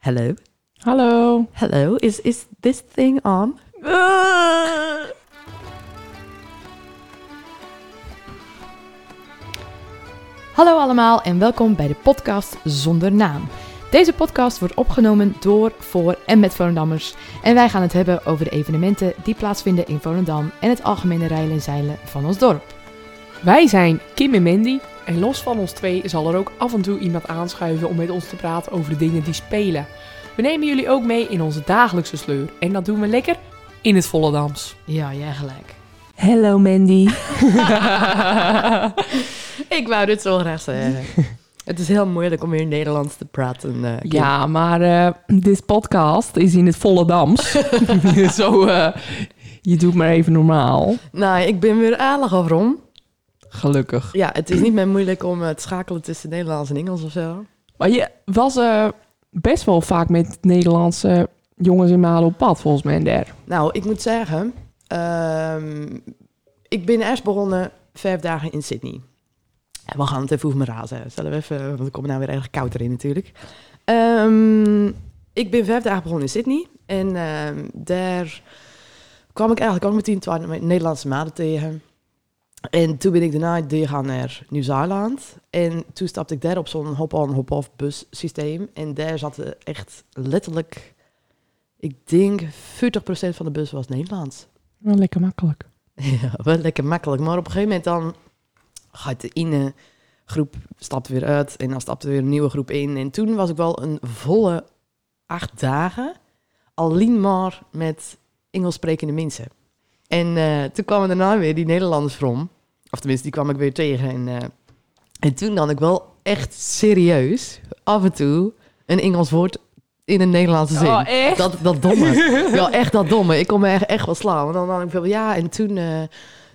Hello? Hallo. Hello? Is, is this thing on? Hallo allemaal en welkom bij de podcast Zonder Naam. Deze podcast wordt opgenomen door, voor en met Volendammers. En wij gaan het hebben over de evenementen die plaatsvinden in Volendam en het algemene rijlen en zeilen van ons dorp. Wij zijn Kim en Mandy en los van ons twee zal er ook af en toe iemand aanschuiven om met ons te praten over de dingen die spelen. We nemen jullie ook mee in onze dagelijkse sleur en dat doen we lekker in het Volendams. Ja, jij gelijk. Hello Mandy. Ik wou dit zo graag zeggen. het is heel moeilijk om hier Nederlands te praten. eh, Kim. Ja, maar eh dit podcast is in het Volendams. Zo, eh, je doet maar even normaal. Nou, ik ben weer aardig of rond. Gelukkig. Ja, het is niet meer moeilijk om eh, te schakelen tussen Nederlands en Engels of zo. Maar je was eh, best wel vaak met Nederlandse jongens in Malen op pad, volgens mij, en der. Nou, ik moet zeggen, ehm, ik ben eerst begonnen vijf dagen in Sydney. En we gaan het even over mijn razen. Zullen we even, want ik kom er nou weer erg koud erin natuurlijk. Ehm, ik ben vijf dagen begonnen in Sydney. En ehm, daar kwam ik eigenlijk ook meteen twaalf Nederlandse maten tegen. En toen ben ik daarna die gaan naar Nieuw-Zeeland. En toen stapte ik daar op zo'n hop-on, hop-off bus systeem. En daar zaten echt letterlijk ik denk 40% van de bus was Nederlands. Wel lekker makkelijk. Ja, wel lekker makkelijk. Maar op een gegeven moment dan gaat de ene groep stapt weer uit en dan stapt er weer een nieuwe groep in. En toen was ik wel een volle acht dagen alleen maar met Engels sprekende mensen. En eh, toen kwamen daarna weer die Nederlanders from. Of tenminste, die kwam ik weer tegen. En, eh, en toen had ik wel echt serieus af en toe een Engels woord in een Nederlandse zin. Oh, echt? Dat, dat domme. ja, echt dat domme. Ik kon me echt, echt wel slaan. Want dan had ik veel ja, en toen eh,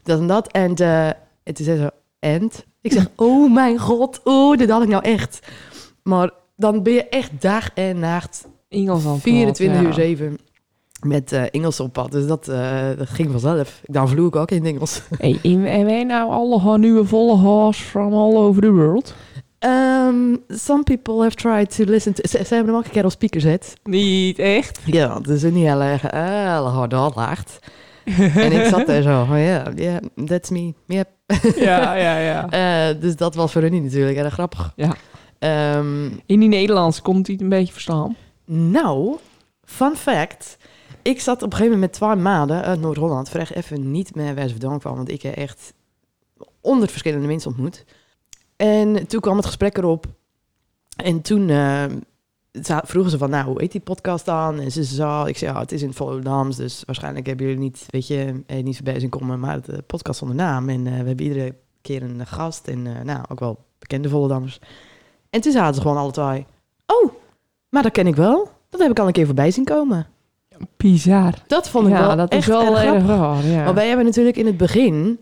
dat en dat. En, eh, en toen zei ze, en? Ik zeg, oh mijn god, oh, dit had ik nou echt. Maar dan ben je echt dag en nacht, Engels aan het 24 praten, uur ja. 7, met eh, Engels op pad. Dus dat, eh, dat ging vanzelf. Dan vloer ik ook in het Engels. Hey, en, en wij nou alle ha- nieuwe volle haars from all over the world? Ehm, some people have tried to listen to... Ze, ze hebben hem ook een keer op speaker zet. Niet echt. Ja, het is niet heel erg, heel hard, hard lacht. en ik zat daar zo, oh ja, yeah, that's me, yep. Ja, ja, ja. Eh, dus dat was voor hun niet natuurlijk erg grappig. Ja. Ehm, In die Nederlands komt hij het een beetje verstaan. nou, fun fact. Ik zat op een gegeven moment met twee maanden uit Noord-Holland. Vraag even niet meer waar ze vandaan kwam, want ik heb echt onder verschillende mensen ontmoet. En toen kwam het gesprek erop. En toen eh, za- vroegen ze van, nou, hoe heet die podcast dan? En ze zei, oh, ik zei, ja, het is in Volendams, dus waarschijnlijk hebben jullie niet, weet je, eh, niet voorbij zien komen, maar de podcast zonder naam. En eh, we hebben iedere keer een gast en, eh, nou, ook wel bekende Volendammers. En toen zaten ze gewoon alle twee, oh, maar dat ken ik wel. Dat heb ik al een keer voorbij zien komen. Bizar. Dat vond ik ja, wel dat echt is wel erg grappig. raar. Ja. Maar wij hebben natuurlijk in het begin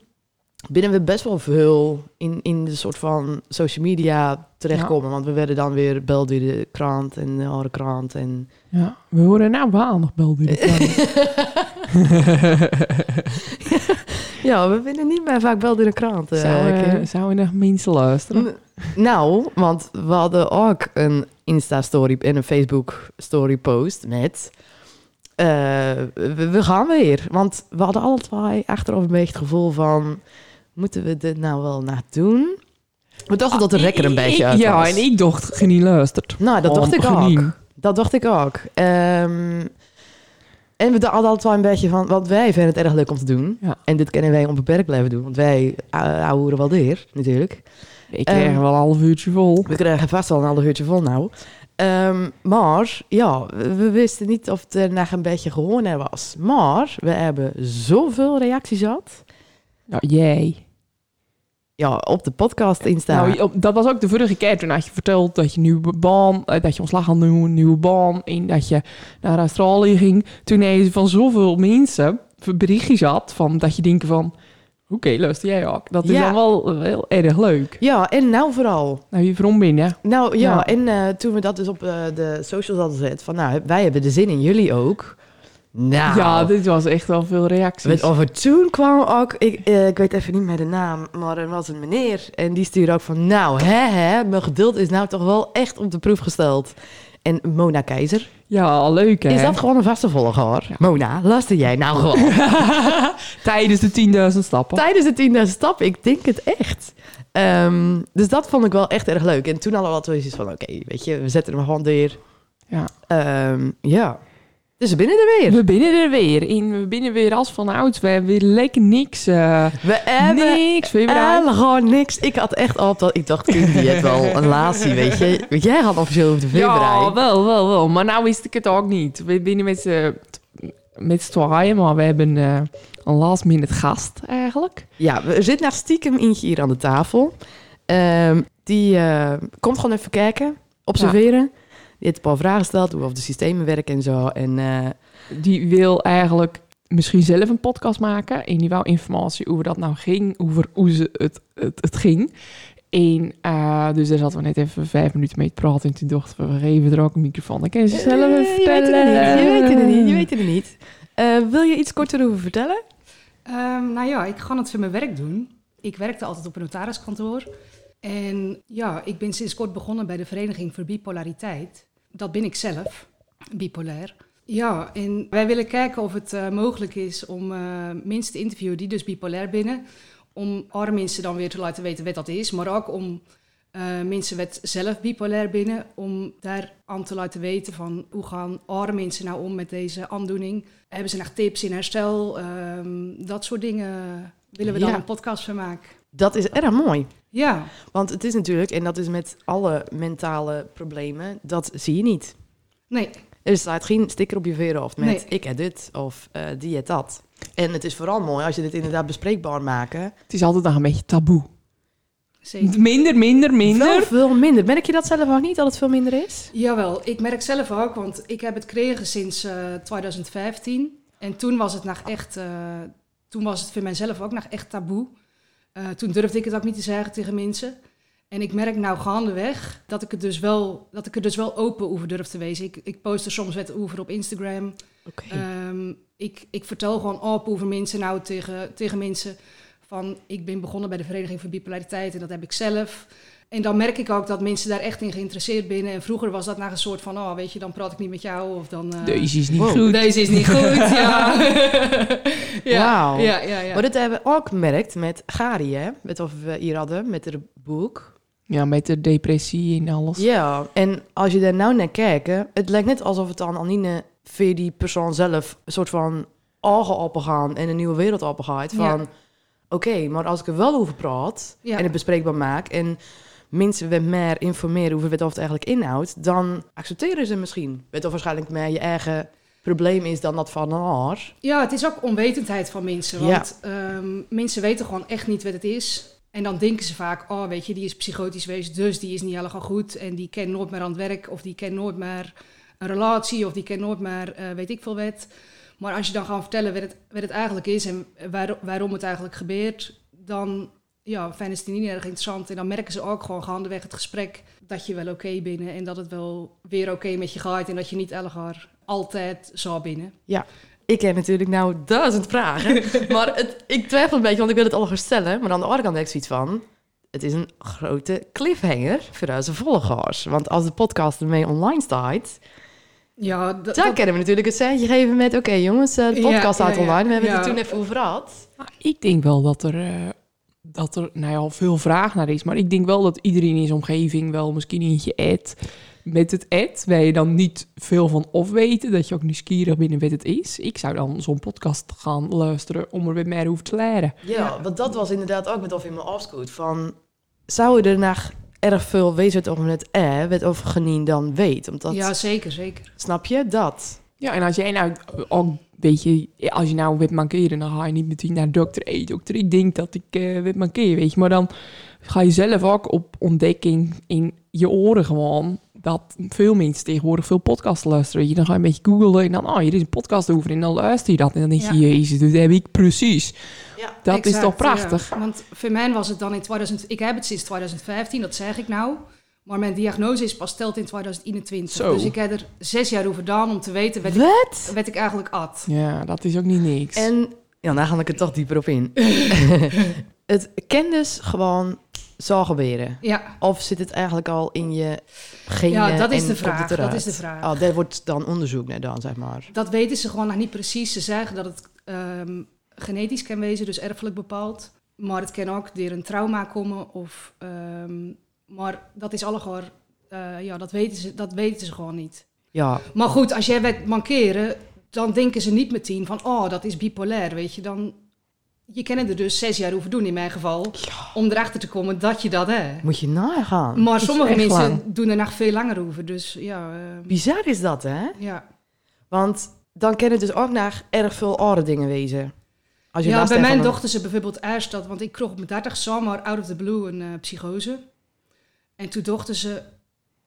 binnen we best wel veel in, in de soort van social media terechtkomen. Want we werden dan weer bel door de krant en de andere krant. En... ja. We horen nou wel nog bel die ja, we vinden niet meer vaak bel door de krant. eh, Kim. Zouden zou nog mensen luisteren? Nou, want we hadden ook een Insta-story en een Facebook-story-post met... eh, we, we gaan weer. Want we hadden alle twee achteraf een beetje het gevoel van... Moeten we dit nou wel naar doen? We dachten dat de rekker een Ah, Ik- beetje ik- uit Ja, was. en ik dacht, geen luistert. Nou, dat dacht ik Gewoon ook. genien. Dat dacht ik ook. Ehm, en we dachten altijd wel een beetje van, want wij vinden het erg leuk om te doen. Ja. En dit kunnen wij onbeperkt blijven doen, want wij eh, ouwen wel weer, natuurlijk. Ik kreeg Ehm, wel een half uurtje vol. We krijgen vast al een half uurtje vol nou. Ehm, maar ja, we we wisten niet of het er nog een beetje gewoon er was. Maar we hebben zoveel reacties gehad Ja, jij. ja, op de podcast Insta. Nou, op- dat was ook de vorige keer. Toen had je verteld dat je nieuwe baan, eh, dat je ontslag had nieuwe, nieuwe baan en dat je naar Australië ging. Toen hij van zoveel mensen berichtjes had van dat je denkt van, oké, luister jij ook. Dat is Ja. dan wel eh, heel erg leuk. ja, en nou vooral. Nou, je vrom binnen. Nou ja, Ja. en eh, toen we dat dus op eh, de socials hadden gezet, van nou, wij hebben de zin in jullie ook. Nou, Ja, dit was echt wel veel Weet, reacties. of het toen kwam ook, ik, eh, ik weet even niet meer de naam, maar er was een meneer en die stuurde ook van, nou hè hè, mijn geduld is nou toch wel echt op de proef gesteld. En Mona Keizer. Ja, leuk hè? Is dat gewoon een vaste volger hoor? Ja. Mona, luister jij nou gewoon. Tijdens de 10.000 stappen. Tijdens de 10.000 stap, ik denk het echt. Ehm, dus dat vond ik wel echt erg leuk. En toen hadden we al twee zoiets van, oké, weet je, we zetten hem gewoon weer. Ja. Ehm, ja. Dus we binnen er weer. We binnen er weer in. We binnen weer als van ouds. We hebben weer lekker niks. eh, We hebben niks. Weer weer uit. helemaal gewoon niks. Ik had echt al op dat ik dacht, kind, die heeft wel een laatste, weet je. Want jij had officieel de Ja, februari. wel, wel, wel. Maar nou wist ik het ook niet. We binnen met z'n met z'n tweeën, maar we hebben eh, een last minute gast eigenlijk. Ja, er zit nou stiekem eentje hier aan de tafel. Ehm, die eh, komt gewoon even kijken, observeren. Die heeft een paar vragen gesteld, hoe of de systemen werken en zo. En eh, Die wil eigenlijk misschien zelf een podcast maken. En die wou informatie over dat nou ging, over hoe ze het, het, het ging. En eh, dus daar zaten we net even vijf minuten mee te praten. En toen dachten we, we geven er ook een microfoon. Dan kunnen ze zelf Eh, even vertellen. Je weet het er niet, je weet het er niet. Je weet het er niet. Eh, wil je iets korter over vertellen? Ehm, nou ja, ik ga het voor mijn werk doen. Ik werkte altijd op een notariskantoor. En ja, ik ben sinds kort begonnen bij de Vereniging voor Bipolariteit. Dat ben ik zelf, bipolair. Ja, en wij willen kijken of het eh, mogelijk is om eh, mensen te interviewen die dus bipolair binnen. Om arme mensen dan weer te laten weten wat dat is. Maar ook om eh, mensen wat zelf bipolair binnen. Om daar aan te laten weten van hoe gaan arme mensen nou om met deze aandoening. Hebben ze nog tips in herstel? Ehm, dat soort dingen willen we dan Ja. een podcast van maken. Dat is erg mooi. Ja, Want het is natuurlijk, en dat is met alle mentale problemen, dat zie je niet. nee, Er staat geen sticker op je voorhoofd met Nee. ik heb dit of eh, die het dat. En het is vooral mooi als je dit inderdaad bespreekbaar maakt. Het is altijd nog een beetje taboe. zeker. Minder, minder, Wel minder. veel minder. Merk je dat zelf ook niet, dat het veel minder is? Jawel, ik merk zelf ook, want ik heb het gekregen sinds eh, 2015. En toen was het nog echt, eh, toen was het voor mijzelf ook nog echt taboe. Eh, toen durfde ik het ook niet te zeggen tegen mensen. En ik merk nou gaandeweg dat ik, het dus wel, dat ik er dus wel open over durf te wezen. Ik, ik post er soms wat over op Instagram. Oké. Ehm, ik, ik vertel gewoon op over mensen nou tegen, tegen mensen van ik ben begonnen bij de Vereniging voor Bipolariteit en dat heb ik zelf. En dan merk ik ook dat mensen daar echt in geïnteresseerd binnen. En vroeger was dat naar een soort van, oh weet je, dan praat ik niet met jou of dan... eh, Deze is niet Wow. goed. Deze is niet goed, ja. Wauw. ja, ja, ja. Maar dit hebben we ook gemerkt met Gari, hè? Met of we hier hadden, met haar boek. Ja, met de depressie en alles. Ja, en als je daar nou naar kijkt, het lijkt net alsof het dan Anine voor die persoon zelf een soort van ogen opengaan en een nieuwe wereld opengaat. Van Ja. oké, maar als ik er wel over praat Ja. en het bespreekbaar maak en mensen weer meer informeren over wat het eigenlijk inhoudt, dan accepteren ze misschien. Weet of waarschijnlijk meer je eigen probleem is dan dat van haar. Ja, het is ook onwetendheid van mensen. Want ehm, mensen weten gewoon echt niet wat het is. En dan denken ze vaak, oh weet je, die is psychotisch geweest, dus die is niet helemaal goed. En die kent nooit meer aan het werk, of die kent nooit meer een relatie, of die kent nooit meer eh, weet ik veel wat. Maar als je dan gaat vertellen wat het, wat het eigenlijk is en waar- waarom het eigenlijk gebeurt, dan ja, vinden ze het niet erg interessant. En dan merken ze ook gewoon gaandeweg het gesprek dat je wel oké binnen en dat het wel weer oké met je gaat. En dat je niet elgar altijd zal binnen. Ik heb natuurlijk nou duizend vragen, maar het, ik twijfel een beetje, want ik wil het al gaan stellen. Maar aan de andere kant heb ik zoiets van, het is een grote cliffhanger voor onze volgers. Want als de podcast ermee online staat, Ja, dat- dan dat- kunnen we natuurlijk een seintje geven met... Oké jongens, eh, de podcast Ja, staat ja, ja. online, we hebben het Ja. er toen even over gehad. Maar ik denk wel dat er, eh, dat er nou ja, veel vraag naar is. Maar ik denk wel dat iedereen in zijn omgeving wel misschien eentje ad. Met het ad, waar je dan niet veel van of weten, dat je ook nieuwsgierig binnen wat het is. Ik zou dan zo'n podcast gaan luisteren om er weer meer over te leren. Ja, want dat was inderdaad ook met of in mijn afscoot van... Zou er nog erg veel wezen over het eh, werd over genien dan weet? Omdat, Ja, zeker, zeker. snap je, dat. Ja, en als jij nou ook, weet je, als je nou wilt mankeren, dan ga je niet meteen naar dokter. Hé, dokter, ik denk dat ik eh wilt mankeren, weet je. Maar dan ga je zelf ook op ontdekking in je oren gewoon. Dat veel mensen tegenwoordig veel podcasts luisteren. weet Je, dan ga je een beetje googlen en dan, oh, hier is een podcast over. En dan luister je dat en dan denk je, Ja. jezus, dat heb ik precies. Ja. Dat is Exact, toch prachtig? ja. Want voor mij was het dan in 2000... Ik heb het sinds 2015, dat zeg ik nou. Maar mijn diagnose is pas stelt in 2021. Zo. Dus ik heb er zes jaar over gedaan om te weten wat, Ik, wat ik eigenlijk at. Ja, dat is ook niet niks. En ja, daar ga ik er toch dieper op in. het kan dus gewoon zal gebeuren? Ja, Of zit het eigenlijk al in je genen? ja dat is en de komt het vraag. Dat eruit? is de vraag. Oh, daar wordt dan onderzoek naar dan, zeg maar. Dat weten ze gewoon nog niet precies. Ze zeggen dat het ehm, genetisch kan wezen, dus erfelijk bepaald. Maar het kan ook door een trauma komen. Of, ehm, maar dat is allemaal... eh ja, dat weten, ze, dat weten ze gewoon niet. Ja, Maar goed, als jij werd mankeren, dan denken ze niet meteen van... Oh, dat is bipolair, weet je. Dan, je kan het er dus zes jaar hoeven doen in mijn geval. Om erachter te komen dat je dat hebt. moet je nagaan. Maar is sommige echt mensen lang. doen er nog veel langer over. Dus ja, ehm, Bizar is dat, hè? ja. Want dan kan het dus ook naar erg veel andere dingen wezen. Als je ja, last bij hebt mijn van een- dochter ze bijvoorbeeld eerst dat, want ik kreeg op mijn 30 zomer out of the blue een eh, psychose. En toen dachten ze,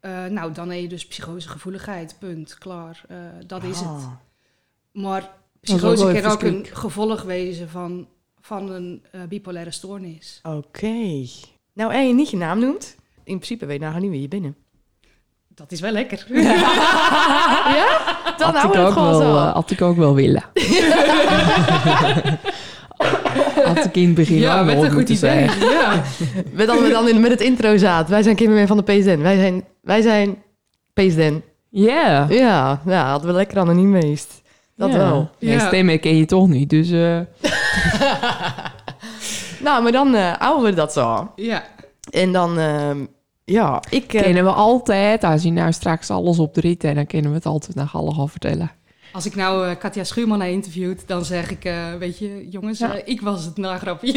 eh, nou dan heb je dus psychosegevoeligheid, punt, klaar, Eh, dat is het. Ah, Maar is ook wel psychose even kan ook een schrik. gevolg wezen van, van een eh, bipolaire stoornis. Ah, Oké. Nou, en je niet je naam noemt, in principe weet je nou niet wie je binnen. Dat is wel lekker. Dan had ik houden we het ook gewoon wel, zo. eh, had ik ook wel willen. had ik in het begin ook wel moeten zeggen. Ja. Met, dat we dan in, met het intro zaten. Wij zijn kinderen van de PSDN. Wij zijn, wij zijn PSDN. Ja. Ja, ja, hadden we lekker anoniem geweest. Dat Ja. wel. Mijn Ja. stemmen ken je toch niet, dus... eh, Nou, maar dan eh houden we dat zo. ja. En dan, ehm, ja, ik... eh, kennen we altijd. Als je nou straks alles op de rit hebt, dan kunnen we het altijd naar Gallegal vertellen. Als ik nou eh, Katja Schuurman interviewt, dan zeg ik, eh, weet je, jongens, Ja. eh, ik was het na grapje.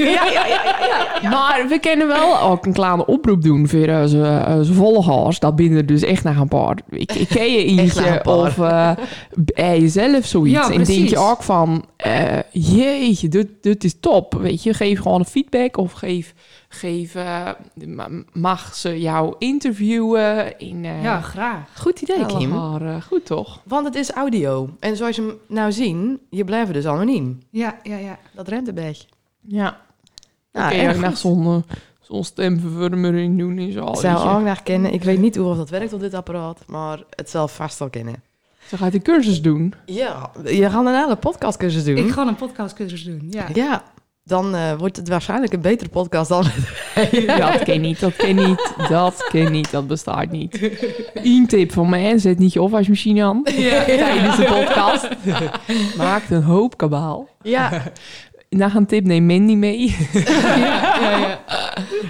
Maar we kunnen wel ook een kleine oproep doen voor eh, onze, onze volgers. Dat binden dus echt naar een paar. Ik, ik ken je naar een eentje paar. of eh bij jezelf zoiets. Ja, en denk je precies. ook van, eh, jeetje, dit, dit is top. Weet je, geef gewoon een feedback of geef, geef eh, ma- mag ze jou interviewen. In, eh, Ja, graag. Goed idee, Kim. Gallegal, eh, goed toch? Want het is audio. En zoals je hem nou ziet, je blijft dus anoniem. Ja, ja, ja. Dat remt een beetje. Ja. Nou, Oké, erg ik goed. nog zo'n eh, zo'n stemvervormering doen en zo. Ik zou weet je. ook naar kennen. Ik weet niet hoe of dat werkt op dit apparaat, maar het zal vast wel kennen. Ze gaat de cursus doen. Ja, je gaat een hele podcastcursus doen. Ik ga een podcastcursus doen, ja. Mhm. Ja, dan eh, wordt het waarschijnlijk een betere podcast dan... Dat ken niet, dat ken niet, dat ken niet, dat bestaat niet. Eén tip van mij, zet niet je afwasmachine aan tijdens de podcast. Maakt een hoop kabaal. ja, Na een tip neem Mandy mee.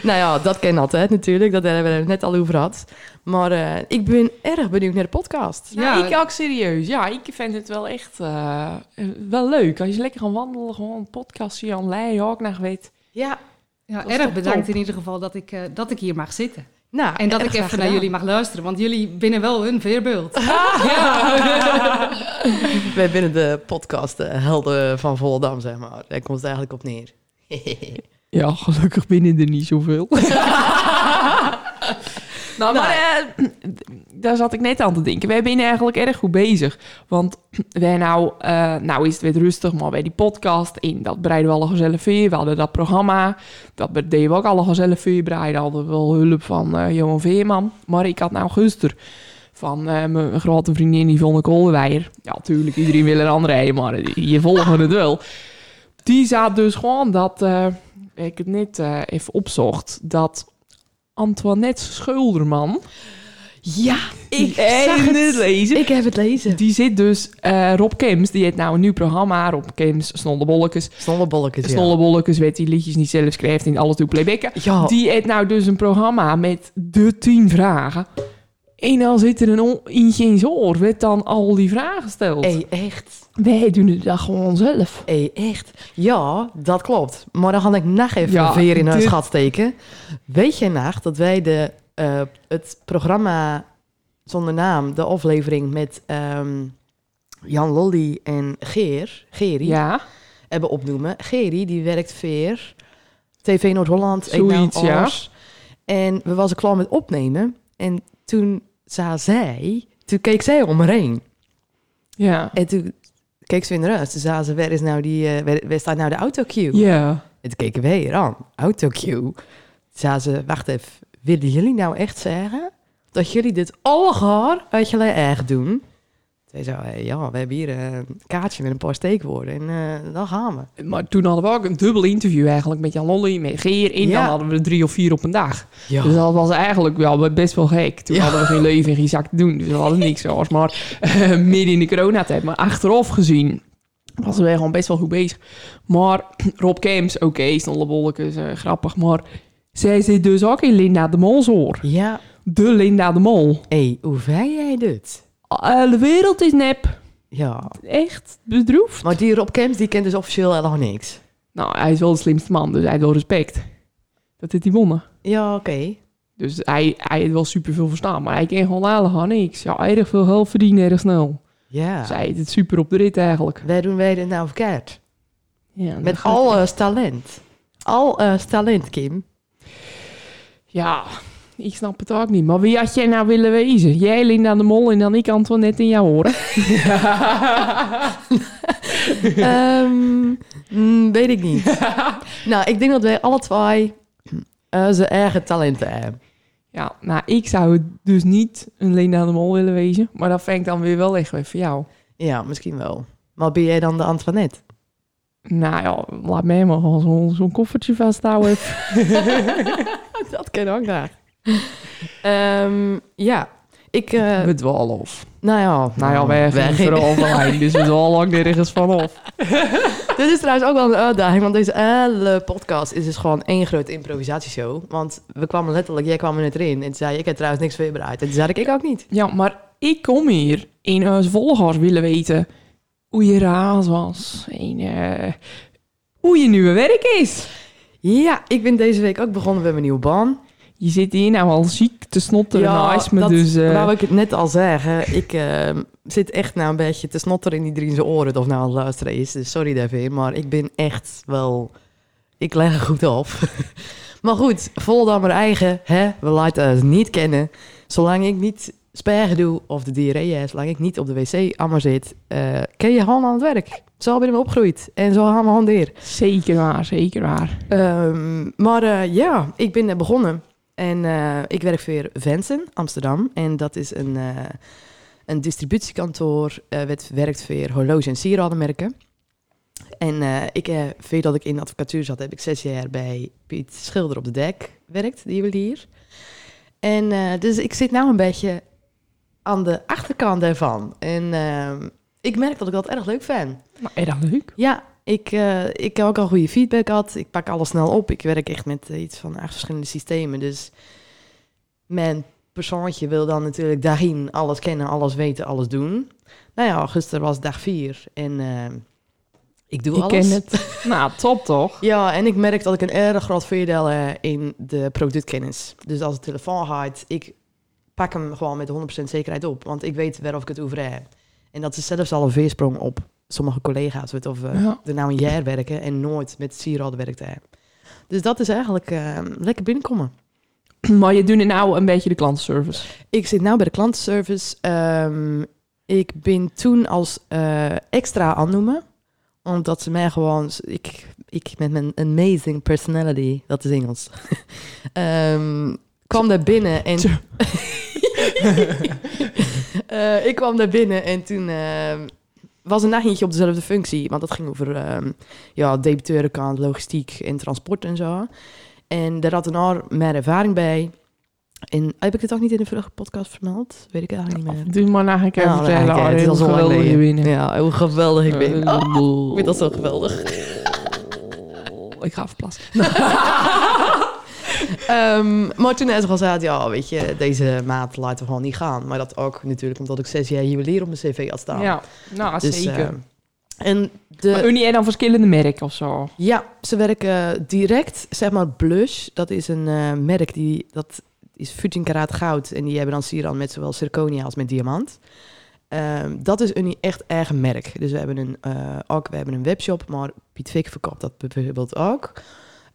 nou ja, dat ken altijd natuurlijk. Dat hebben we er net al over gehad. Maar eh, ik ben erg benieuwd naar de podcast. Ja. Nou, ik ook serieus. Ja, ik vind het wel echt eh, wel leuk. Als je lekker gaan wandelen, gewoon een podcast, je online ook naar weet. Ja, Ja, Dat is erg toch bedankt top. in ieder geval dat ik, eh, dat ik hier mag zitten. nou, En dat erg ik graag even naar gedaan. jullie mag luisteren, want jullie binnen wel hun veerbeeld. Wij binnen de podcast eh, Helden van Volendam, zeg maar. Daar komt het eigenlijk op neer. Ja, gelukkig binnen er niet zoveel. nou, maar eh, daar zat ik net aan te denken. Wij zijn eigenlijk erg goed bezig. Want wij nou, eh, nou is het weer rustig, maar bij die podcast in, dat breiden we alle gezellig voor. We hadden dat programma, dat be- deden we ook alle gezellig voor. Breiden hadden we wel hulp van eh, Johan Veerman. Maar ik had nou gisteren van eh, mijn grote vriendin Yvonne Koldewijer. Ja, natuurlijk, iedereen wil een andere rijden, maar je volgt het wel. Die zat dus gewoon dat... eh, ik het net eh, even opzocht, dat Antoinette Schulderman, Ja, ik zag het. Ik heb het lezen. die zit dus, eh, Rob Kems, die heeft nou een nieuw programma, Rob Kems, Snolle Bolletjes, Snollebolletjes, ja. Snolle Bolletjes, weet die liedjes niet zelf schrijft en alles doet playbacken. Ja, Die heeft nou dus een programma met de tien vragen. En dan zit er een on- in geen oor, werd dan al die vragen gesteld. Hey, echt. Wij doen het dan gewoon zelf. Hey, echt. Ja, dat klopt. Maar dan ga ik nog even Ja, een veer in haar dit- schat steken. Weet jij nog dat wij de, eh, het programma zonder naam, de aflevering met ehm, Jan Lolly en Geer, Geri, Ja, hebben opnoemen. Geri, die werkt veer, TV Noord-Holland, Ik Zoiets, Naam ja. Oors. En we was klaar met opnemen. En toen zei zij, toen keek zij om haar heen. ja, En toen keek ze weer naar huis. Toen zagen ze, waar, is nou die, eh, waar, waar staat nou de autocue? ja. En toen keken wij hier aan. Autocue? Toen zagen ze, wacht even. Willen jullie nou echt zeggen dat jullie dit allegaar uit jullie eigen doen? Toen Zei zo, hey, ja, we hebben hier eh, een kaartje met een paar steekwoorden en eh, dan gaan we. Maar toen hadden we ook een dubbel interview eigenlijk met Jan Lolly, met Geer. En Ja. dan hadden we er drie of vier op een dag. Ja. Dus dat was eigenlijk wel best wel gek. Toen Ja. hadden we geen leven en geen zak te doen. Dus we hadden niks zoals maar eh, midden in de coronatijd. Maar achteraf gezien was we gewoon best wel goed bezig. Maar Rob Kems, oké, snollebolletjes, eh, grappig. Maar zij zit dus ook in Linda de Mol's oor. Ja, De Linda de Mol. hé, hoe vind jij dit? Eh, de wereld is nep. Ja, Echt bedroefd. maar die Rob Kemps, die kent dus officieel helemaal niks. Nou, hij is wel de slimste man, dus hij heeft wel respect. Dat heeft hij wonnen. Ja, oké. Dus hij, hij heeft wel super veel verstaan, maar hij kan gewoon aardig aan niks. Ja, erg veel geld verdienen, erg snel. Ja. Dus hij heeft het super op de rit eigenlijk. Wij doen wij dit nou verkeerd. Ja, en Met dan- al ons talent. Al ons talent, Kim. Ja, ik snap het ook niet. Maar wie had jij nou willen wezen? Jij, Linda de Mol en dan ik, Antoinette in jou horen. Ehm, mm, weet ik niet. nou, ik denk dat wij alle twee eh, zijn eigen talenten hebben. Ja, nou, ik zou dus niet een Linda de Mol willen wezen. Maar dat vind ik dan weer wel echt weer voor jou. Ja, misschien wel. Maar ben jij dan de Antoinette? Nou ja, laat mij maar gewoon zo'n zo'n koffertje vasthouden. Dat ken ook graag. Ehm, ja, ik... eh, We dwalen af. nou ja, Nou ja, wij gaan vooral online, dus we dwalen ook nergens van af. Dit is trouwens ook wel een uitdaging, want deze hele podcast is dus gewoon één grote improvisatieshow. Want we kwamen letterlijk, jij kwam er net erin en toen zei je, ik heb trouwens niks voor je bereid. En toen zei ik, ik ook niet. Ja, maar ik kom hier en als volgers willen weten hoe je raas was en eh, hoe je nieuwe werk is. Ja, ik ben deze week ook begonnen met mijn nieuwe baan. Je zit hier nou al ziek te snotteren Ja, naast me, dat dus eh, wou ik het net al zeggen. Ik eh, zit echt nou een beetje te snotteren in die drie in zijn oren of nou aan het luisteren is. Dus sorry daarvoor, maar ik ben echt wel... Ik leg er goed op. maar goed, vol dan maar eigen. Hè? We laten het niet kennen. Zolang ik niet spergen doe of de diarree heb, zolang ik niet op de wc ammer zit, eh, ken je gewoon aan het werk. Zo ben ik opgegroeid en zo gaan we gewoon weer. zeker waar, zeker waar. Ehm, maar eh, ja, ik ben eh, begonnen. En eh, ik werk voor Vensen, Amsterdam. En dat is een, eh, een distributiekantoor. eh wat werkt voor horloge- en sieradenmerken. En eh, ik, eh veel dat ik in de advocatuur zat, heb ik zes jaar bij Piet Schilder op de dek werkt, die wil hier. En eh, dus ik zit nou een beetje aan de achterkant daarvan. En ehm, ik merk dat ik dat erg leuk vind. Nou, erg leuk. Ja, ik, eh, ik heb ook al goede feedback gehad. Ik pak alles snel op. Ik werk echt met eh, iets van acht verschillende systemen. Dus mijn persoontje wil dan natuurlijk daarin alles kennen, alles weten, alles doen. Nou ja, gisteren was dag vier en eh, ik doe Ik alles. ken het. nou, top toch? Ja, en ik merk dat ik een erg groot voordeel heb in de productkennis. Dus als de telefoon gaat, ik pak hem gewoon met 100% zekerheid op. Want ik weet waarof ik het over heb. En dat is zelfs al een veersprong op sommige collega's. Weet of, eh, Ja. er nou een jaar werken en nooit met sieraden werkte. hij. Dus dat is eigenlijk eh, lekker binnenkomen. Maar je doet nou een beetje de klantenservice. Ik zit nu bij de klantenservice. Ehm, ik ben toen als eh, extra aannoemen. Omdat ze mij gewoon... Ik, ik met mijn amazing personality, dat is Engels, ehm, kwam daar binnen en... Zo. Eh, ik kwam daar binnen en toen ehm, was een nachtje op dezelfde functie. Want dat ging over ehm ja, debiteurenkant, logistiek en transport en zo. En daar had een haar meer ervaring bij. En heb ik het ook niet in de vorige podcast vermeld? Weet ik eigenlijk niet meer. Doe maar naar een keer Nou, vertellen. nou, kijk, het is Arjen, al zo hoe lang geweldig je geleden. winnen. Ja, hoe geweldig ik ben. Oh, ik Oh, vind dat zo geweldig. ik ga verplassen. Ehm, maar toen is er al zei, ja, weet je, deze maat laten we gewoon niet gaan. Maar dat ook natuurlijk omdat ik zes jaar juwelier op mijn cv had staan. Ja, nou Dus, zeker. ehm, en de... Maar Unie en dan verschillende merken of zo. Ja, ze werken direct, zeg maar Blush. Dat is een eh, merk die dat is 14 karaat goud en die hebben dan sieraden met zowel zirconia als met diamant. Ehm, dat is een echt eigen merk. Dus we hebben een eh, ook we hebben een webshop, maar Piet Vik verkoopt dat bijvoorbeeld ook.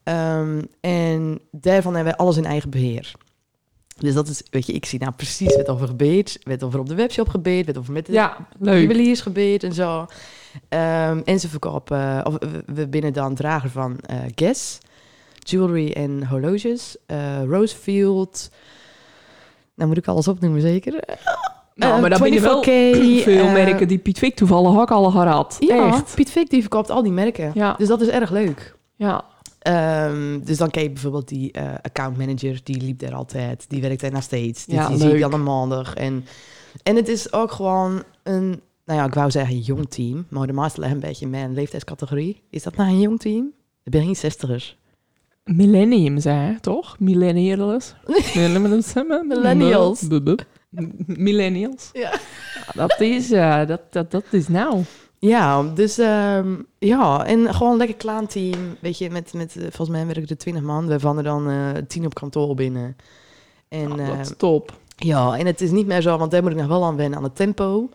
Ehm, en daarvan hebben wij alles in eigen beheer. Dus dat is, weet je, ik zie nou precies wat over gebeurt, wat over op de webshop gebeurt, wat over met de Ja, leuk. juweliersgebied en zo. Ehm, en ze verkopen, eh, of we- we binnen dan drager van eh Guess, jewelry en horloges, eh, Rosefield. Nou moet ik alles opnoemen zeker. Nou, Eh, maar dan ben je wel 24K, veel eh, merken die Piet Wick toevallig ook al had. Ja, Echt. Piet Vik die verkoopt al die merken. Ja, Dus dat is erg leuk. ja. Ehm, dus dan ken je bijvoorbeeld die eh accountmanager, die liep daar altijd. Die werkt daar nog steeds. Dus Ja, die zie ik leuk. dan een maandag. En, en het is ook gewoon een, nou ja, ik wou zeggen jong team. Maar de meeste liggen een beetje in mijn leeftijdscategorie. Is dat nou een jong team? Ik ben geen zestigers. Millenniums, hè, toch? Millennials. Millennials. Millennials. Bup, bup. Millennials. Ja. Dat is, eh, dat, dat, dat is nou. Ja, dus ehm, ja, en gewoon een lekker klein team. Weet je, met, met eh, volgens mij werken er twintig man, waarvan er dan eh tien op kantoor binnen. En, Oh, dat ehm, is top. Ja, en het is niet meer zo, want daar moet ik nog wel aan wennen, aan het tempo.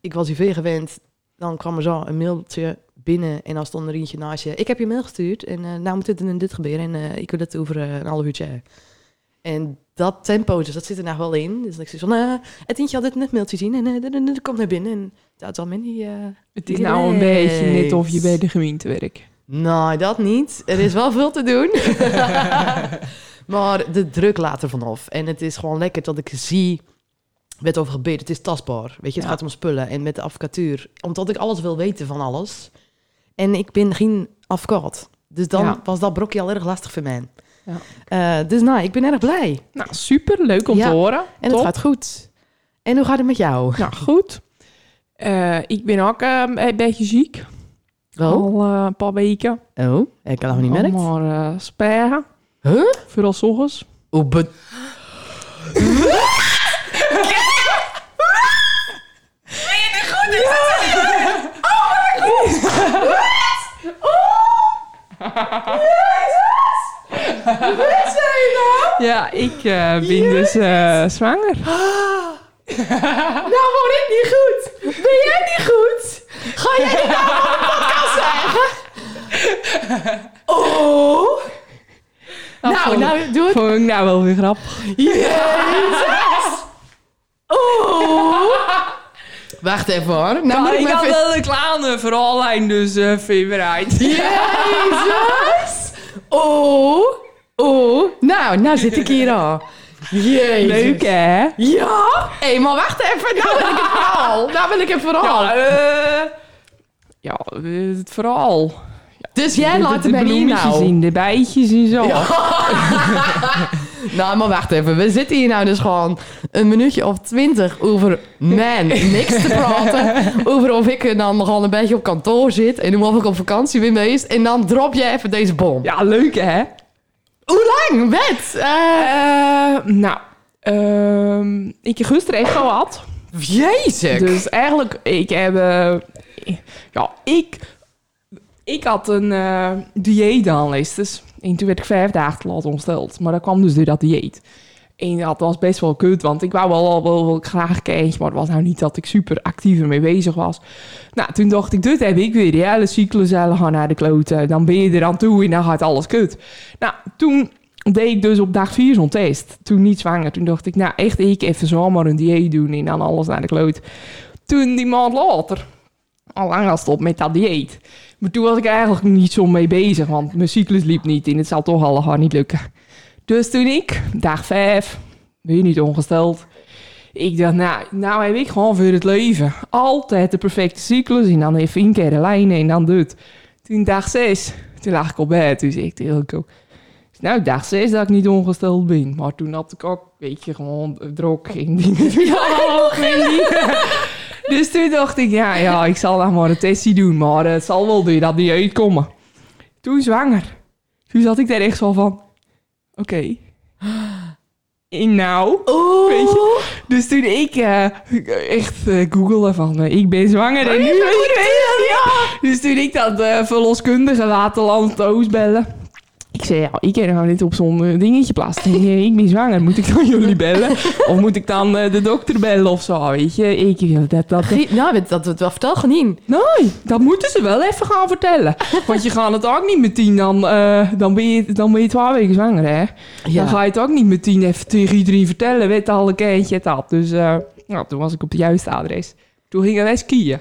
Ik was hier gewend, dan kwam er zo een mailtje binnen en dan stond er eentje naast je. Ik heb je mail gestuurd en eh, nou moet dit en dit gebeuren en eh, ik wil dat over eh, een half uurtje. En dat tempo, dus dat zit er nog wel in. Dus ik zeg van, eh, het eentje had dit net mailtje zien en eh, dit en dit komt naar binnen. En dat is al min die... eh, Het is nou een beetje net of je bij de gemeente werkt. Nee, dat niet. Er is wel veel te doen. maar de druk laat er vanaf. En het is gewoon lekker dat ik zie wat over gebeurt. Het is tastbaar. Weet je, het Ja. gaat om spullen en met de advocatuur. Omdat ik alles wil weten van alles. En ik ben geen advocaat. Dus dan Ja. was dat brokje al erg lastig voor mij. Ja. Eh, dus nou, ik ben erg blij. Nou, super. Leuk om Ja. te horen. En Top. het gaat goed. En hoe gaat het met jou? Nou, goed. Eh, ik ben ook eh, een beetje ziek. Oh, Al eh, een paar weken. oh ik had nog niet merkt. Maar eh sparen. Huh? Vooral s ochtends. Oh, be- Ja, ik eh, ben dus eh, zwanger. Nou, wordt ik niet goed. Ben jij niet goed? Ga jij dit nou op de podcast zeggen? Oh. Dat nou, vond- nou, doe het. Vond ik nou wel weer grappig. Jezus. Oh. Wacht even hoor. Nou moet ik ik maar had even... wel reclame voor online, dus eh februari. Jezus. Oh. Oh. Nou, nou zit ik hier al. Jezus. Leuk, hè? Ja. Hé, maar wacht even. Nou wil ik het verhaal. Nou wil ik het verhaal. Ja, eh, ja eh, het verhaal. Dus jij De- laat hem de, de hier bloemetjes nou. in, de bijtjes en zo. Nou, maar wacht even. We zitten hier nou dus gewoon een minuutje of twintig over man niks te praten. Over of ik er dan gewoon een beetje op kantoor zit en hoe of ik op vakantie ben geweest. En dan drop je even deze bom. Ja, leuk, hè? Hoe lang? Wet? Eh, Eh, nou, ehm, ik heb gisteren echt gehad. jezus. Dus eigenlijk, ik heb... eh, ja, ik... Ik had een eh, dieet aanlees. Dus, en toen werd ik vijf dagen laat ontsteld. Maar dat kwam dus door dat dieet. En dat was best wel kut, want ik wou wel, wel, wel, wel graag kijken. Maar het was nou niet dat ik super actief ermee bezig was. Nou, toen dacht ik, dit heb ik weer. Die hele cyclus, hele gaan naar de kloten. Dan ben je er aan toe en dan gaat alles kut. Nou, toen deed ik dus op dag 4 zo'n test. Toen niet zwanger. Toen dacht ik, nou echt, ik even zomaar een dieet doen en dan alles naar de kloot. Toen die maand later, al lang al stop met dat dieet. Maar toen was ik eigenlijk niet zo mee bezig, want mijn cyclus liep niet en het zal toch allemaal niet lukken. Dus toen ik, dag 5, weer niet ongesteld. Ik dacht, nou, nou heb ik gewoon voor het leven altijd de perfecte cyclus. En dan even één keer de lijnen en dan dit. Toen dag 6, toen lag ik op bed. Toen zei ik tegen Ilko, nou, dag 6 dat ik niet ongesteld ben. Maar toen had ik ook, weet je, gewoon drok en dingen. en dingen. Dus toen dacht ik, ja, ja, ik zal nog maar een testje doen. Maar eh, het zal wel door dat niet uitkomen. Toen zwanger. Toen zat ik daar echt zo van, oké. En nou? Oh. Weet je? Dus toen ik eh, echt eh googelde van, eh, ik ben zwanger en nu ben ik Dus toen ik dat eh verloskundige laten landstoos bellen. Ik zei, ja, ik kan nou niet op zo'n eh, dingetje plaatsen. Ik, eh, ik ben zwanger, moet ik dan jullie bellen? Of moet ik dan eh, de dokter bellen of zo, weet je? Ik, eh, dat, dat, Gie- Nou, dat, dat, dat vertel gewoon Nee, dat moeten ze wel even gaan vertellen. Want je gaat het ook niet meteen, dan, eh, dan, ben je, dan ben je twaalf weken zwanger, hè? Ja. Dan ga je het ook niet meteen even tegen iedereen vertellen. Weet al een keertje dat. Dus eh, nou, toen was ik op het juiste adres. Toen gingen wij skiën.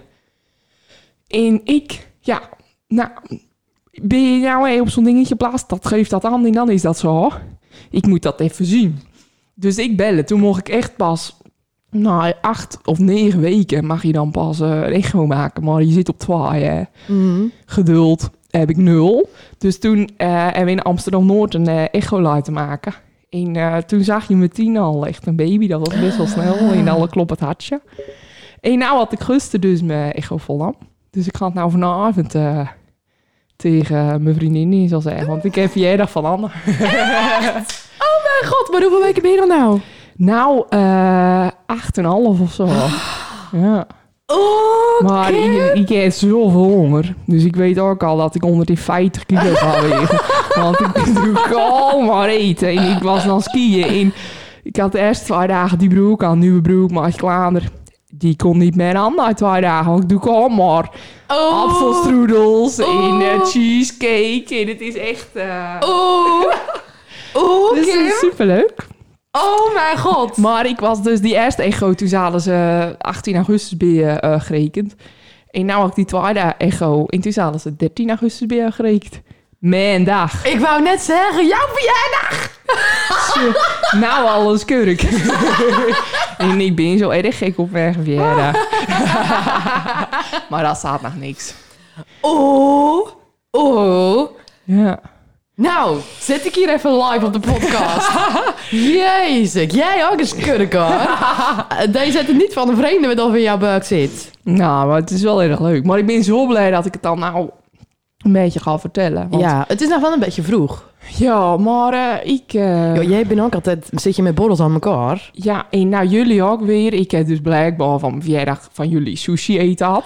En ik, ja, nou, ben je nou eh, op zo'n dingetje plaatst, dat geeft dat aan en dan is dat zo. Ik moet dat even zien. Dus ik bellen. Toen mocht ik echt pas nou, acht of negen weken mag je dan pas eh echo maken. Maar je zit op twaalf, hè. Mhm. geduld heb ik nul. Dus toen eh, hebben we in Amsterdam-Noord een eh, echo laten maken. En eh, toen zag je meteen al echt een baby. Dat was best wel snel. En alle klopt het hartje. En nou had ik gisteren dus mijn echo volam. Dus ik ga het nou vanavond eh, tegen mijn vriendin in zal zeggen. Want ik heb verjaardag van Anne. Oh Mijn god, maar hoeveel weken ben je dan nou? Nou, eh, acht en een half of zo. Ja. Oh, Maar ik, ik heb zoveel honger. Dus ik weet ook al dat ik 150 kilo ga wegen. Want ik doe al maar eten. En ik was dan skiën. En ik had eerst twee dagen die broek aan. Nieuwe broek, maar Klaander. Die kon niet meer aan na twee dagen. Want ik doe al maar oh. apfelstroedels en eh, Oh. cheesecake. En het is echt... eh Oh. Oh, dus het Kim. is superleuk. Oh mijn god. Maar ik was dus die eerste echo, toen zaten ze 18 augustus bij je eh, gerekend. En nou had ik die tweede echo en toen zaten ze 13 augustus bij je gerekend. Mijn dag. Ik wou net zeggen, jouw verjaardag. nou alles kurk. en ik ben zo erg gek op mijn verjaardag. maar dat staat nog niks. Oh. Oh. Ja. Nou, zit ik hier even live op de podcast. Jezus, jij ook eens kurk hoor. Eh, Deze zet het niet van de vreemde dat in jouw buik zit. Nou, maar het is wel erg leuk. Maar ik ben zo blij dat ik het dan nou een beetje ga vertellen. Want, ja. Ja, het is nog wel een beetje vroeg. maar eh, ik... eh, Jo, jij bent ook altijd, zit je met borrels aan elkaar? Ja, en nou jullie ook weer. Ik heb dus blijkbaar van mijn verjaardag van jullie sushi eten had.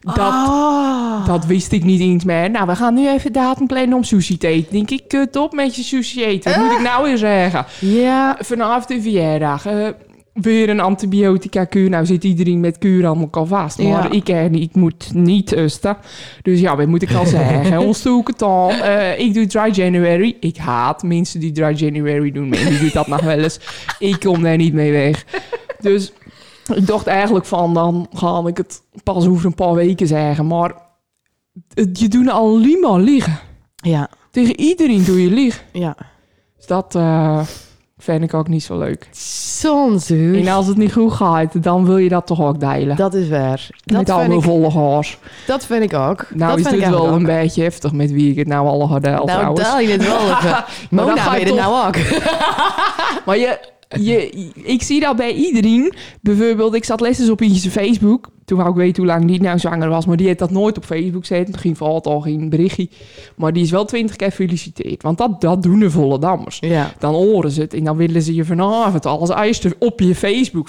Dat, Ah. dat wist ik niet eens meer. Nou, we gaan nu even datum plannen om sushi te eten. Denk ik, kut op met je sushi eten. Wat moet ik nou weer zeggen? Ja. Vanavond de verjaardag. eh, weer een antibiotica-kuur. Nou zit iedereen met kuur aan elkaar vast. Maar Ja. ik, eh, ik moet niet usten. Dus ja, wat moet ik al zeggen? Ons doe ik het al. Eh, ik doe dry January. Ik haat mensen die dry January doen. Maar die doet dat nog wel eens. Ik kom daar niet mee weg. Dus ik dacht eigenlijk van, dan ga ik het pas over een paar weken zeggen. Maar het- je doet alleen maar liegen. Ja. Tegen iedereen doe je liegen. Ja. Dus dat eh, vind ik ook niet zo leuk. Soms, En als het niet goed gaat, dan wil je dat toch ook delen. Dat is waar. Dat met al vind, mijn ik, volgers. dat vind ik ook. Nou dat is vind dit ik wel eigenlijk een ook. beetje heftig met wie ik het nou al had deel Nou, trouwens. tel je dit wel even. Maar dan Mona ga je weet het toch- nou ook. Maar je, je, ik zie dat bij iedereen. Bijvoorbeeld, ik zat lessen op iets Facebook. Toen wou ik weten hoe lang die nou zwanger was. Maar die heeft dat nooit op Facebook zetten. Misschien valt al geen berichtje. Maar die is wel twintig keer gefeliciteerd. Want dat, dat doen de Vollendammers. Ja. Dan horen ze het en dan willen ze je vanavond als eerste op je Facebook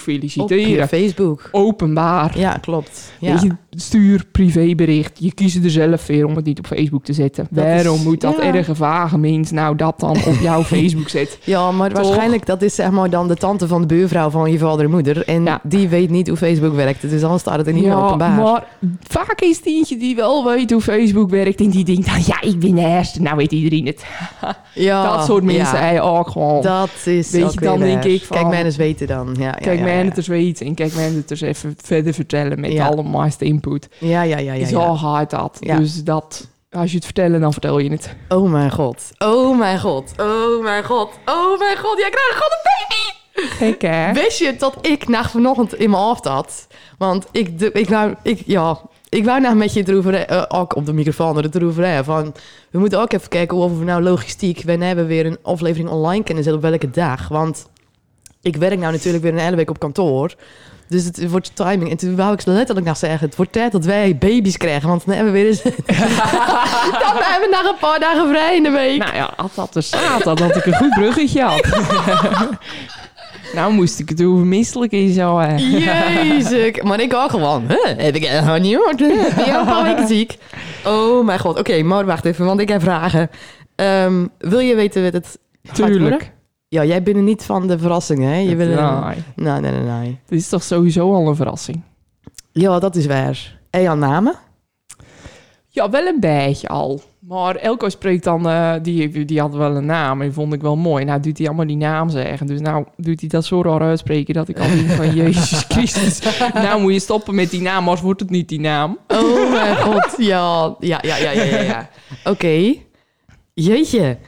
Op je feliciteren. Facebook. Openbaar. Ja, klopt. Ja. Weet je, stuur privébericht. Je kiest er zelf weer om het niet op Facebook te zetten. Dat Waarom is- moet dat ja. erge vage mens nou dat dan op jouw Facebook zetten? Ja, maar Toch? waarschijnlijk dat is zeg maar dan de tante van de buurvrouw van je vader en moeder. En Ja. die weet niet hoe Facebook werkt. Dus dan staat het er niet meer openbaar. maar vaak is het eentje die wel weet hoe Facebook werkt en die denkt, nou ja, ik ben de eerste, nou weet iedereen het. Oh, ja, dat soort mensen, ja. hij ook gewoon. Dat is Weet ook je, dan weer denk waar. ik van- Kijk, mij eens weten dan. Ja, ja, kijk, ja, mij ja. het eens weten en kijk, mij het eens even verder vertellen met Ja. alle meeste input. Ja, ja, ja, ja, Zo ja. gaat dat. Ja. Dus dat, als je het vertelt, dan vertel je het. Oh mijn god. Oh mijn god. Oh mijn god. Oh mijn god. Jij krijgt gewoon een baby. Gek hè? Wist je dat ik na vanochtend in mijn hoofd had? Want ik, de- ik wou, ik, ja, ik wou nou met je erover, eh, ook op de microfoon er- erover hebben van, we moeten ook even kijken of we nou logistiek, wanneer we weer een aflevering online kunnen zetten, op welke dag. Want ik werk nou natuurlijk weer een hele week op kantoor. Dus het wordt timing. En toen wou ik letterlijk nog zeggen, het wordt tijd dat wij baby's krijgen, want dan hebben we weer eens... dan hebben we nog een paar dagen vrij in de week. Nou ja, als dat er staat, dan had ik een goed bruggetje had. nou moest ik het over misselijk in zo. hè. Jezus. Maar ik ook gewoon. Huh, heb ik helemaal niet hoor. Ben je ook al weken ziek? Oh mijn god. Oké, maar wacht even, want ik heb vragen. Ehm, wil je weten wat het gaat worden? Tuurlijk. Ja, jij bent er niet van de verrassingen, hè? Je wil Nee, Nee, nee, nee, nee. dit is toch sowieso al een verrassing? Ja, dat is waar. En jouw namen? Ja, wel een beetje al. Maar Elko spreekt dan, eh, die, die had wel een naam en vond ik wel mooi. Nou doet hij allemaal die naam zeggen. Dus nou doet hij dat zo raar uitspreken dat ik al denk van Jezus Christus. Nou moet je stoppen met die naam, anders wordt het niet die naam. Oh mijn god. Ja, ja, ja, ja, ja, ja. ja. Oké. Jeetje.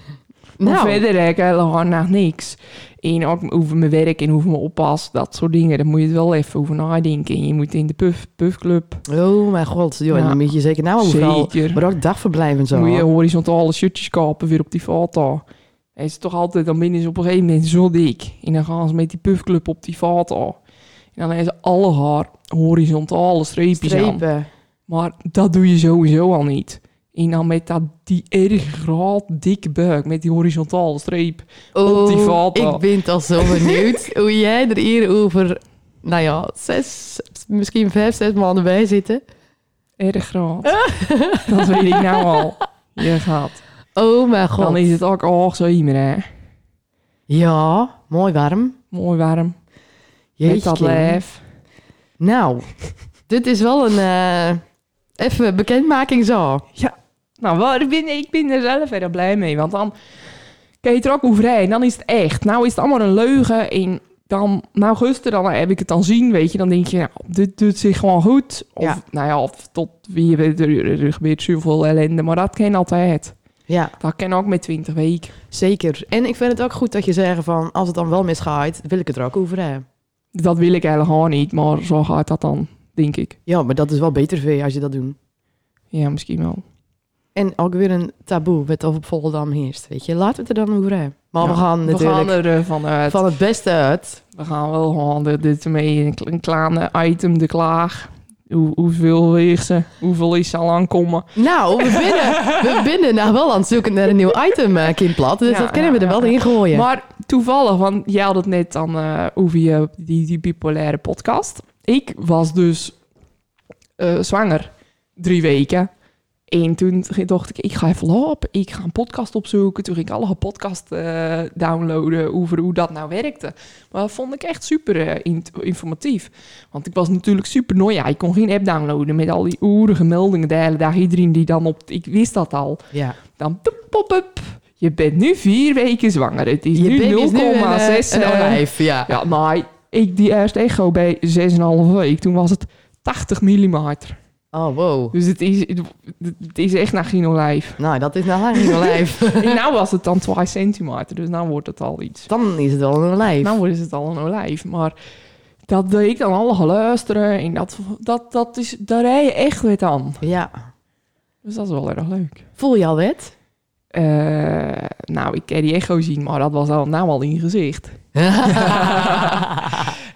Maar Nou. verder heb ik helemaal nog niks. En ook over mijn werk en over mijn oppas, dat soort dingen. Daar moet je het wel even over nadenken. En je moet in de puff, puffclub. Oh mijn god, joh, en Ja. dan moet je zeker nou overal, Zeker. maar ook dagverblijven en zo. Moet je horizontale shirtjes kopen weer op die foto. En ze toch altijd, dan binnen ze op een gegeven moment zo dik. En dan gaan ze met die puffclub op die foto. En dan hebben ze alle haar horizontale streepjes aan. Strepen. Maar dat doe je sowieso al niet. En dan met dat, die erg raad dikke buik, met die horizontale streep. Op die foto. Oh, ik ben al zo benieuwd hoe jij er hier over, nou ja, zes, misschien vijf, zes maanden bij zitten. Erg raad. dat weet ik nou al. Je gaat. Oh mijn god. Dan is het ook al zo iemand, hè. Ja, mooi warm. Mooi warm. Jeetje. Met dat lijf. Nou, dit is wel een, eh, even bekendmaking zo. Nou, wel, ik ben, ik ben er zelf heel blij mee. Want dan kan je er ook overheen. Dan is het echt. Nou is het allemaal een leugen. En dan, nou guster, dan heb ik het dan zien, weet je. Dan denk je, nou, dit doet zich gewoon goed. Of, Ja. nou ja, of tot wie je weet, er, er gebeurt zoveel ellende. Maar dat ken altijd. Ja, Dat ken ook met 20 weken. zeker. En ik vind het ook goed dat je zegt van, als het dan wel misgaat, wil ik het er ook over hebben. Dat wil ik helemaal niet, maar zo gaat dat dan, denk ik. Ja, maar dat is wel beter voor je als je dat doet. Ja, misschien wel. En ook weer een taboe wat over op Volendam heerst, weet je. Laten we het er dan over hebben. Maar we Ja, gaan natuurlijk We gaan er eh, vanuit. van het beste uit. We gaan wel gewoon de- dit mee, een, kle- een kleine item, de klaag. Hoe, hoeveel weegt ze? Hoeveel is ze al aankomen? Nou, we binnen, we binnen nou wel aan het zoeken naar een nieuw item, eh Kim Plat. Dus Ja, dat kunnen ja, we er ja, wel ja. in gooien. Maar toevallig, want jij had het net dan eh, over je, die, die bipolaire podcast. Ik was dus eh, zwanger, drie weken. En toen dacht ik, ik ga even lopen, ik ga een podcast opzoeken. Toen ging ik alle podcasts eh, downloaden over hoe dat nou werkte. Maar dat vond ik echt super eh, in- informatief. Want ik was natuurlijk super noia. Ik kon geen app downloaden met al die oerige meldingen de hele dag. Iedereen die dan op... Ik wist dat al. ja. Dan pop, pop, pop. Je bent nu vier weken zwanger. Het is Je nu 0,6. baby is nu een, eh, een eh, olijf, ja. ja, maar ik die eerste echo bij 6,5 week. Toen was het 80 mm. Oh, wow. Dus het is, het, het is echt naar geen olijf. Nou, dat is nou lang niet een olijf. en nou was het dan 2 centimeter. Dus nou wordt het al iets. Dan is het wel een olijf. Nou wordt het al een olijf. Maar dat deed ik dan allemaal luisteren. En dat, dat, dat is, daar rij je echt weer aan. ja. Dus dat is wel erg leuk. Voel je al wet? Eh, nou, ik kan die echo zien, maar dat was al, nou al in je gezicht.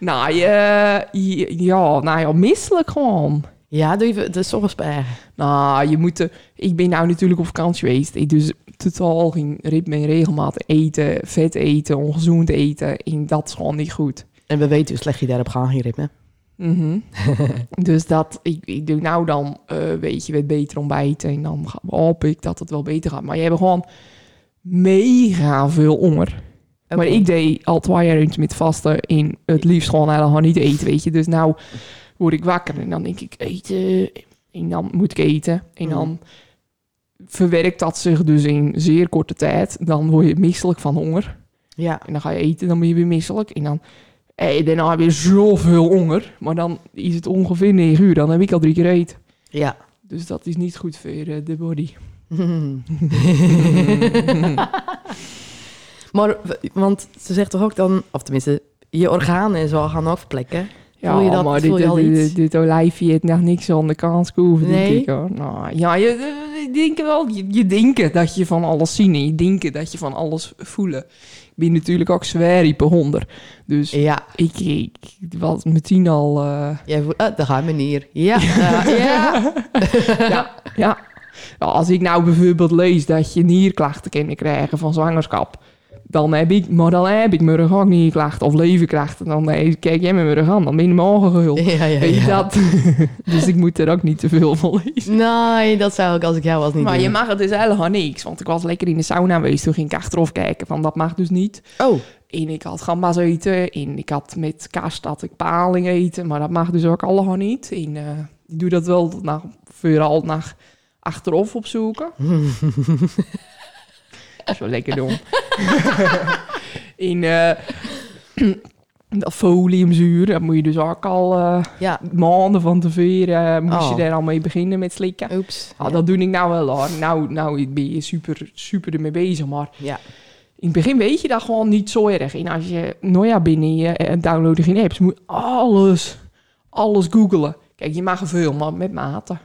Nou, je, je- ja, nou ja, misselijk gewoon. ja, doe je de zorgspijgen. Nou, je moet... de- ik ben nou natuurlijk op vakantie geweest. Ik dus totaal geen ritme en regelmaat eten. Vet eten, ongezoend eten. En dat is gewoon niet goed. En we weten hoe slecht je daarop gaat, geen ritme. Mhm. dus dat, ik, ik doe nou dan, eh, weet je, wat beter ontbijten. En dan ga- hoop ik dat het wel beter gaat. Maar je hebt gewoon mega veel honger. Maar ik deed al twee jaar iets met vasten. En het liefst gewoon helemaal niet eten, weet je. Dus nou word ik wakker en dan denk ik eten. En dan moet ik eten. En dan verwerkt dat zich dus in zeer korte tijd. Dan word je misselijk van honger. Ja. En dan ga je eten, dan ben je weer misselijk. En dan, hey, daarna heb je zoveel honger. Maar dan is het ongeveer 9 uur. Dan heb ik al drie keer eten. Ja. Dus dat is niet goed voor eh, de body. maar, w- want ze zegt toch ook dan, of tenminste, je organen en zo gaan ook verplekken. Voel je dat- maar voel dit, je al dit, iets? dit, dit olijfje heeft nog niks aan de kans gehoeven, Nee? denk ik. Hoor. Nou, ja, je, je denkt wel, je, je denkt dat je van alles zien en je denkt dat je van alles voelen. Ik ben natuurlijk ook zwaar hypochonder. Dus Ja, ik, ik was meteen al... eh, jij voelt, ah, daar gaat meneer. Ja, ja, ja. ja, ja. Ja, Als ik nou bijvoorbeeld lees dat je nierklachten kan krijgen van zwangerschap, dan heb ik, maar dan heb ik morgen ook nierklachten of leverklachten. Dan eh, kijk jij me morgen aan, dan ben je me aangehuld. ja, ja, Weet je ja. dat? dus ik moet er ook niet te veel van lezen. Nee, dat zou ik als ik jou was niet Maar je doen. mag het dus helemaal niks. Want ik was lekker in de sauna geweest. Toen ging ik achteraf kijken van dat mag dus niet. Oh, En ik had gamba's eten. En ik had met kast had ik paling eten. Maar dat mag dus ook allemaal niet. En eh, ik doe dat wel naar, vooral naar achteraf opzoeken. Dat is wel lekker dom. en eh, dat foliumzuur, dat moet je dus ook al eh, ja. maanden van tevoren... eh, moest Oh. je daar al mee beginnen met slikken. Oeps. Ah, dat doe ik nou wel hoor. Nou, nou ben je super, super ermee bezig. Maar Ja. In het begin weet je dat gewoon niet zo erg. En als je Noia binnen je eh, downloaden geen apps, moet je alles, alles googelen. Kijk, je mag veel, maar met mate.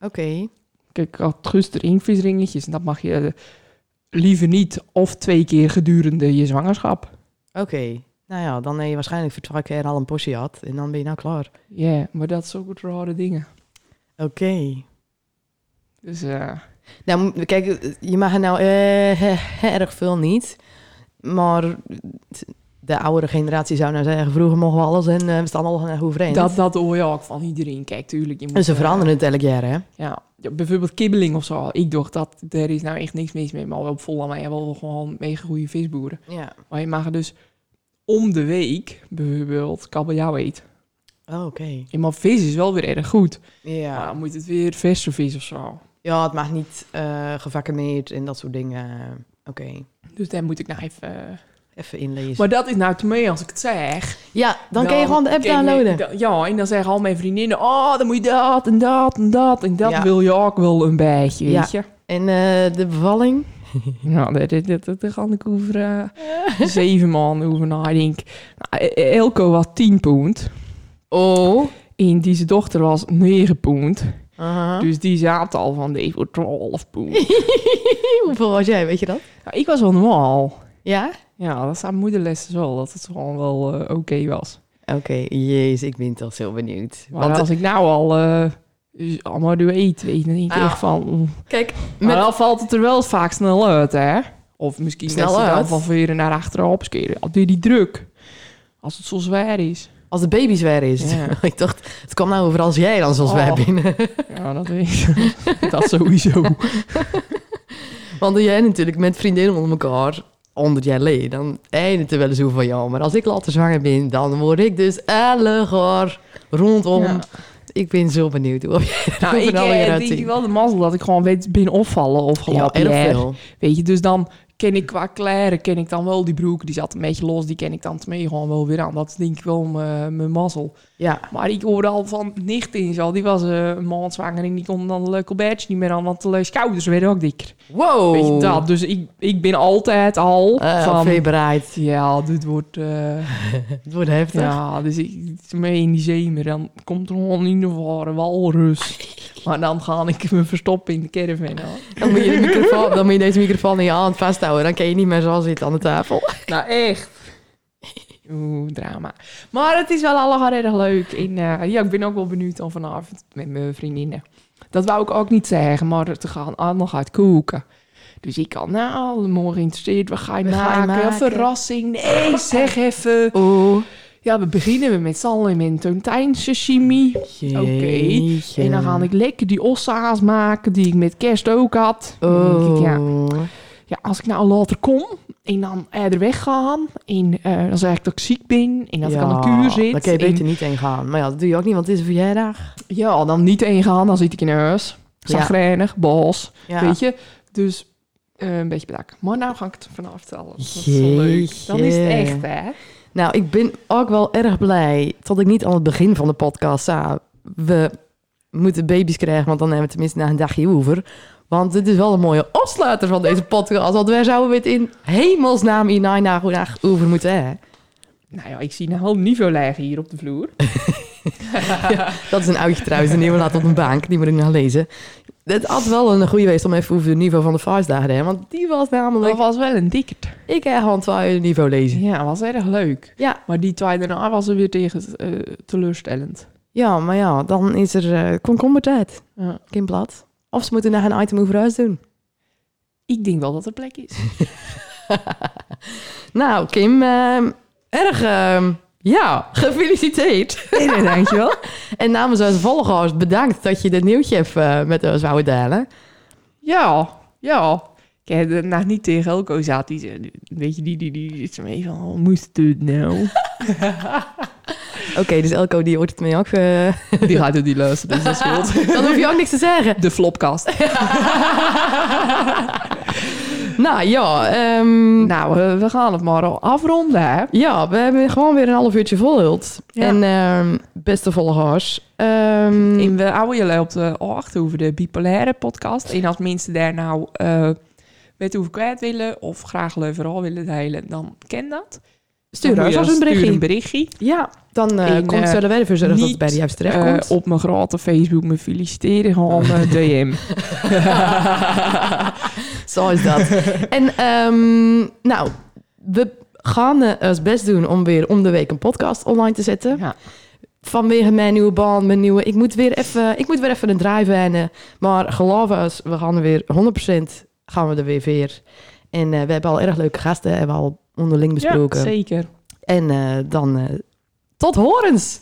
Oké. Kijk, ik had gisteren invisringetjes en dat mag je eh, liever niet of twee keer gedurende je zwangerschap. Oké. Nou ja, dan heb je waarschijnlijk voor twaalf keer al een portie had en dan ben je nou klaar. Ja, maar dat is ook wat rare dingen. Oké. Dus eh, Nou, m- kijk, eh, je mag er nou eh, erg veel niet. Maar t- de oudere generatie zou nou zeggen, vroeger mochten we alles en eh, we staan al hoe vreemd. dat, dat hoor je ook van iedereen. Kijk, tuurlijk. Je moet, En ze eh, veranderen het elk jaar, hè? ja, ja, bijvoorbeeld kibbeling of zo. Ik dacht dat er is nou echt niks mis mee, maar wel vol aan mij. Wel gewoon mega goede visboeren. Ja. Maar je mag dus om de week bijvoorbeeld kabeljauw eten. Oh, Oké. En maar vis is wel weer erg goed. Maar Ja. dan moet het weer verse vis of zo. ja, het mag niet eh gevaccineerd en dat soort dingen. Oké, Dus daar moet ik nou even... eh, even inlezen. Maar dat is nou te mee als ik het zeg. ja, dan, kun je gewoon de app ken je- downloaden. da- ja, en dan zeggen al mijn vriendinnen... Oh, dan moet je dat en dat en dat. En dat Ja. wil je ook wel een beetje, weet je. En eh, de bevalling? Nou, dat, dat, dat, dat kan ik over eh, zeven man over na. Ik denk, nou, E- E- Elko was 10 pond. Oh. En die zijn dochter was 9 pond. Aha. Dus die zaten al van deze voor 12 pond. Hoeveel was jij, weet je dat? Nou, ik was wel normaal. Ja? Ja, dat staat moederles wel. Dat het gewoon wel eh, oké was. Oké, jezus, ik ben toch zo benieuwd. Maar Want als ik nou al eh, dus allemaal doe eten, weet je, dan denk ik Ah. echt van... oeh. kijk, Maar dan valt het er wel vaak snel uit, hè? Of misschien Snel snel dat ze dan uit? van vieren naar achteren opskeren. Al die "Ah, die druk. Als het zo zwaar is. Als de baby zwaar is. Ja. ik dacht, het kwam nou over als jij dan zo zwaar Oh. binnen. Ja, dat weet ik. dat sowieso. Nou, Want doe jij natuurlijk met vriendinnen onder elkaar, 100 jaar geleden, dan eindigt er wel eens hoe van jou. Maar als ik later zwanger ben, dan word ik dus ellegaar rondom. Ja. Ik ben zo benieuwd hoe je Nou, hoe ik er eh, alweer denk uitziet. wel de mazzel dat ik gewoon weet binnen opvallen of Ja, gelopen. erg jaar. veel. Weet je, dus dan ken ik qua kleren, ken ik dan wel die broek. Die zat een beetje los, die ken ik dan mee gewoon wel weer aan. Dat is denk ik wel mijn eh, mijn mazzel. Ja, Maar ik hoorde al van nicht in zo. Die was eh, een maand zwanger en die kon dan de leuke badge niet meer aan. Want de schouders werden ook dikker. wow. Weet je dat? Dus ik, ik ben altijd al Eh, op van... veebereid. Ja, dit wordt... eh, Het wordt heftig. Ja, dus ik mee in die zee, maar dan komt er gewoon in ieder geval een walrus. Maar dan ga ik me verstoppen in de caravan. hoor. Dan, moet je de microfoon, dan moet je deze microfoon in je hand vasthouden. Dan kan je niet meer zo zitten aan de tafel. Nou, echt. Oeh, drama. Maar het is wel allemaal erg leuk. En eh, ja, ik ben ook wel benieuwd dan vanavond met mijn vriendinnen. Dat wou ik ook niet zeggen, maar te gaan ah, nog uit koken. Dus ik kan, nou, morgen interesseert, we gaan We gaan maken. maken. Verrassing. Nee, zeg even. Oeh. Ja, we beginnen met zalm en tonijn sashimi. Jeetje. En dan ga ik lekker die ossa's maken die ik met kerst ook had. En dan denk ik, ja, Oh. ja, als ik nou later kom en dan eerder weggaan en eh, dan zeg ik dat ik ziek ben en dat ik aan een kuur zit. Dan kan je en- beter niet heen gaan. Maar ja, dat doe je ook niet, want het is een verjaardag. ja, dan niet één gaan, dan zit ik in huis. Ja. Zagrijnig, bos, Ja. weet je. Dus eh, een beetje bedankt. Maar nou ga ik het vanaf vertellen. Dat is zo leuk. Jeetje. Dan is het echt, hè. Nou, ik ben ook wel erg blij dat ik niet aan het begin van de podcast zei... we moeten baby's krijgen, want dan hebben we tenminste na een dagje over. Want dit is wel een mooie afsluiter van deze podcast. Want wij zouden het in hemelsnaam in nine dagen dag over moeten hebben. Nou ja, ik zie een half niveau liggen hier op de vloer. Dat is een oudje trouwens, een nieuwe laat op een bank. Die moet ik nog lezen. Het had wel een goede geweest om even over het niveau van de vijfdagen te hebben. Want die was namelijk... Dat was wel een dikke. Ik heb gewoon twee niveau lezen. Ja, was erg leuk. Ja. Maar die twee daarna was er weer tegen eh, teleurstellend. Ja, maar ja, dan is er eh, komkommertijd. Ja. Kim Blad. Of ze moeten naar een item over huis doen. Ik denk wel dat er plek is. Nou, Kim, ehm, erg, ehm, ja, gefeliciteerd. Nee, dankjewel. en namens onze volgers bedankt dat je dit nieuwtje hebt eh, met ons wou delen. Ja, ja. Ik heb er nog niet tegen Elko zat. Die, zei- weet je, die, die, die, die is mee van, oh, moest het nou? Oké, dus Elko, die hoort het mee ook. eh, Die gaat het niet luisteren, dus dat scheelt. dan hoef je ook niks te zeggen. De flopkast. Nou ja, ehm, Nou, eh, we gaan het maar al afronden, hè? ja, we hebben gewoon weer een half uurtje volhuld. Ja. En ehm, beste volgers, ehm, En we houden jullie op de hoogte over de bipolaire podcast. En als mensen daar nou eh, met hoe kwijt willen of graag overal willen delen, dan ken dat. Stuur Dan ons moet je als een stuur berichtje. een berichtje. Ja, dan eh En, komt eh, Stella verder verzorgen dat het bij de niet, juiste terecht komt. Eh, op mijn grote Facebook me feliciteren, gewoon eh, DM. Zo is dat. en ehm, nou, we gaan eh, ons best doen om weer om de week een podcast online te zetten. Ja. Vanwege mijn nieuwe baan, mijn nieuwe... Ik moet weer even, ik moet weer even een draai wijnen. Maar geloof ons, we gaan er weer 100% gaan we er weer weer. En eh, we hebben al erg leuke gasten, hebben we al onderling ja, besproken. zeker. en eh, dan eh, tot horens!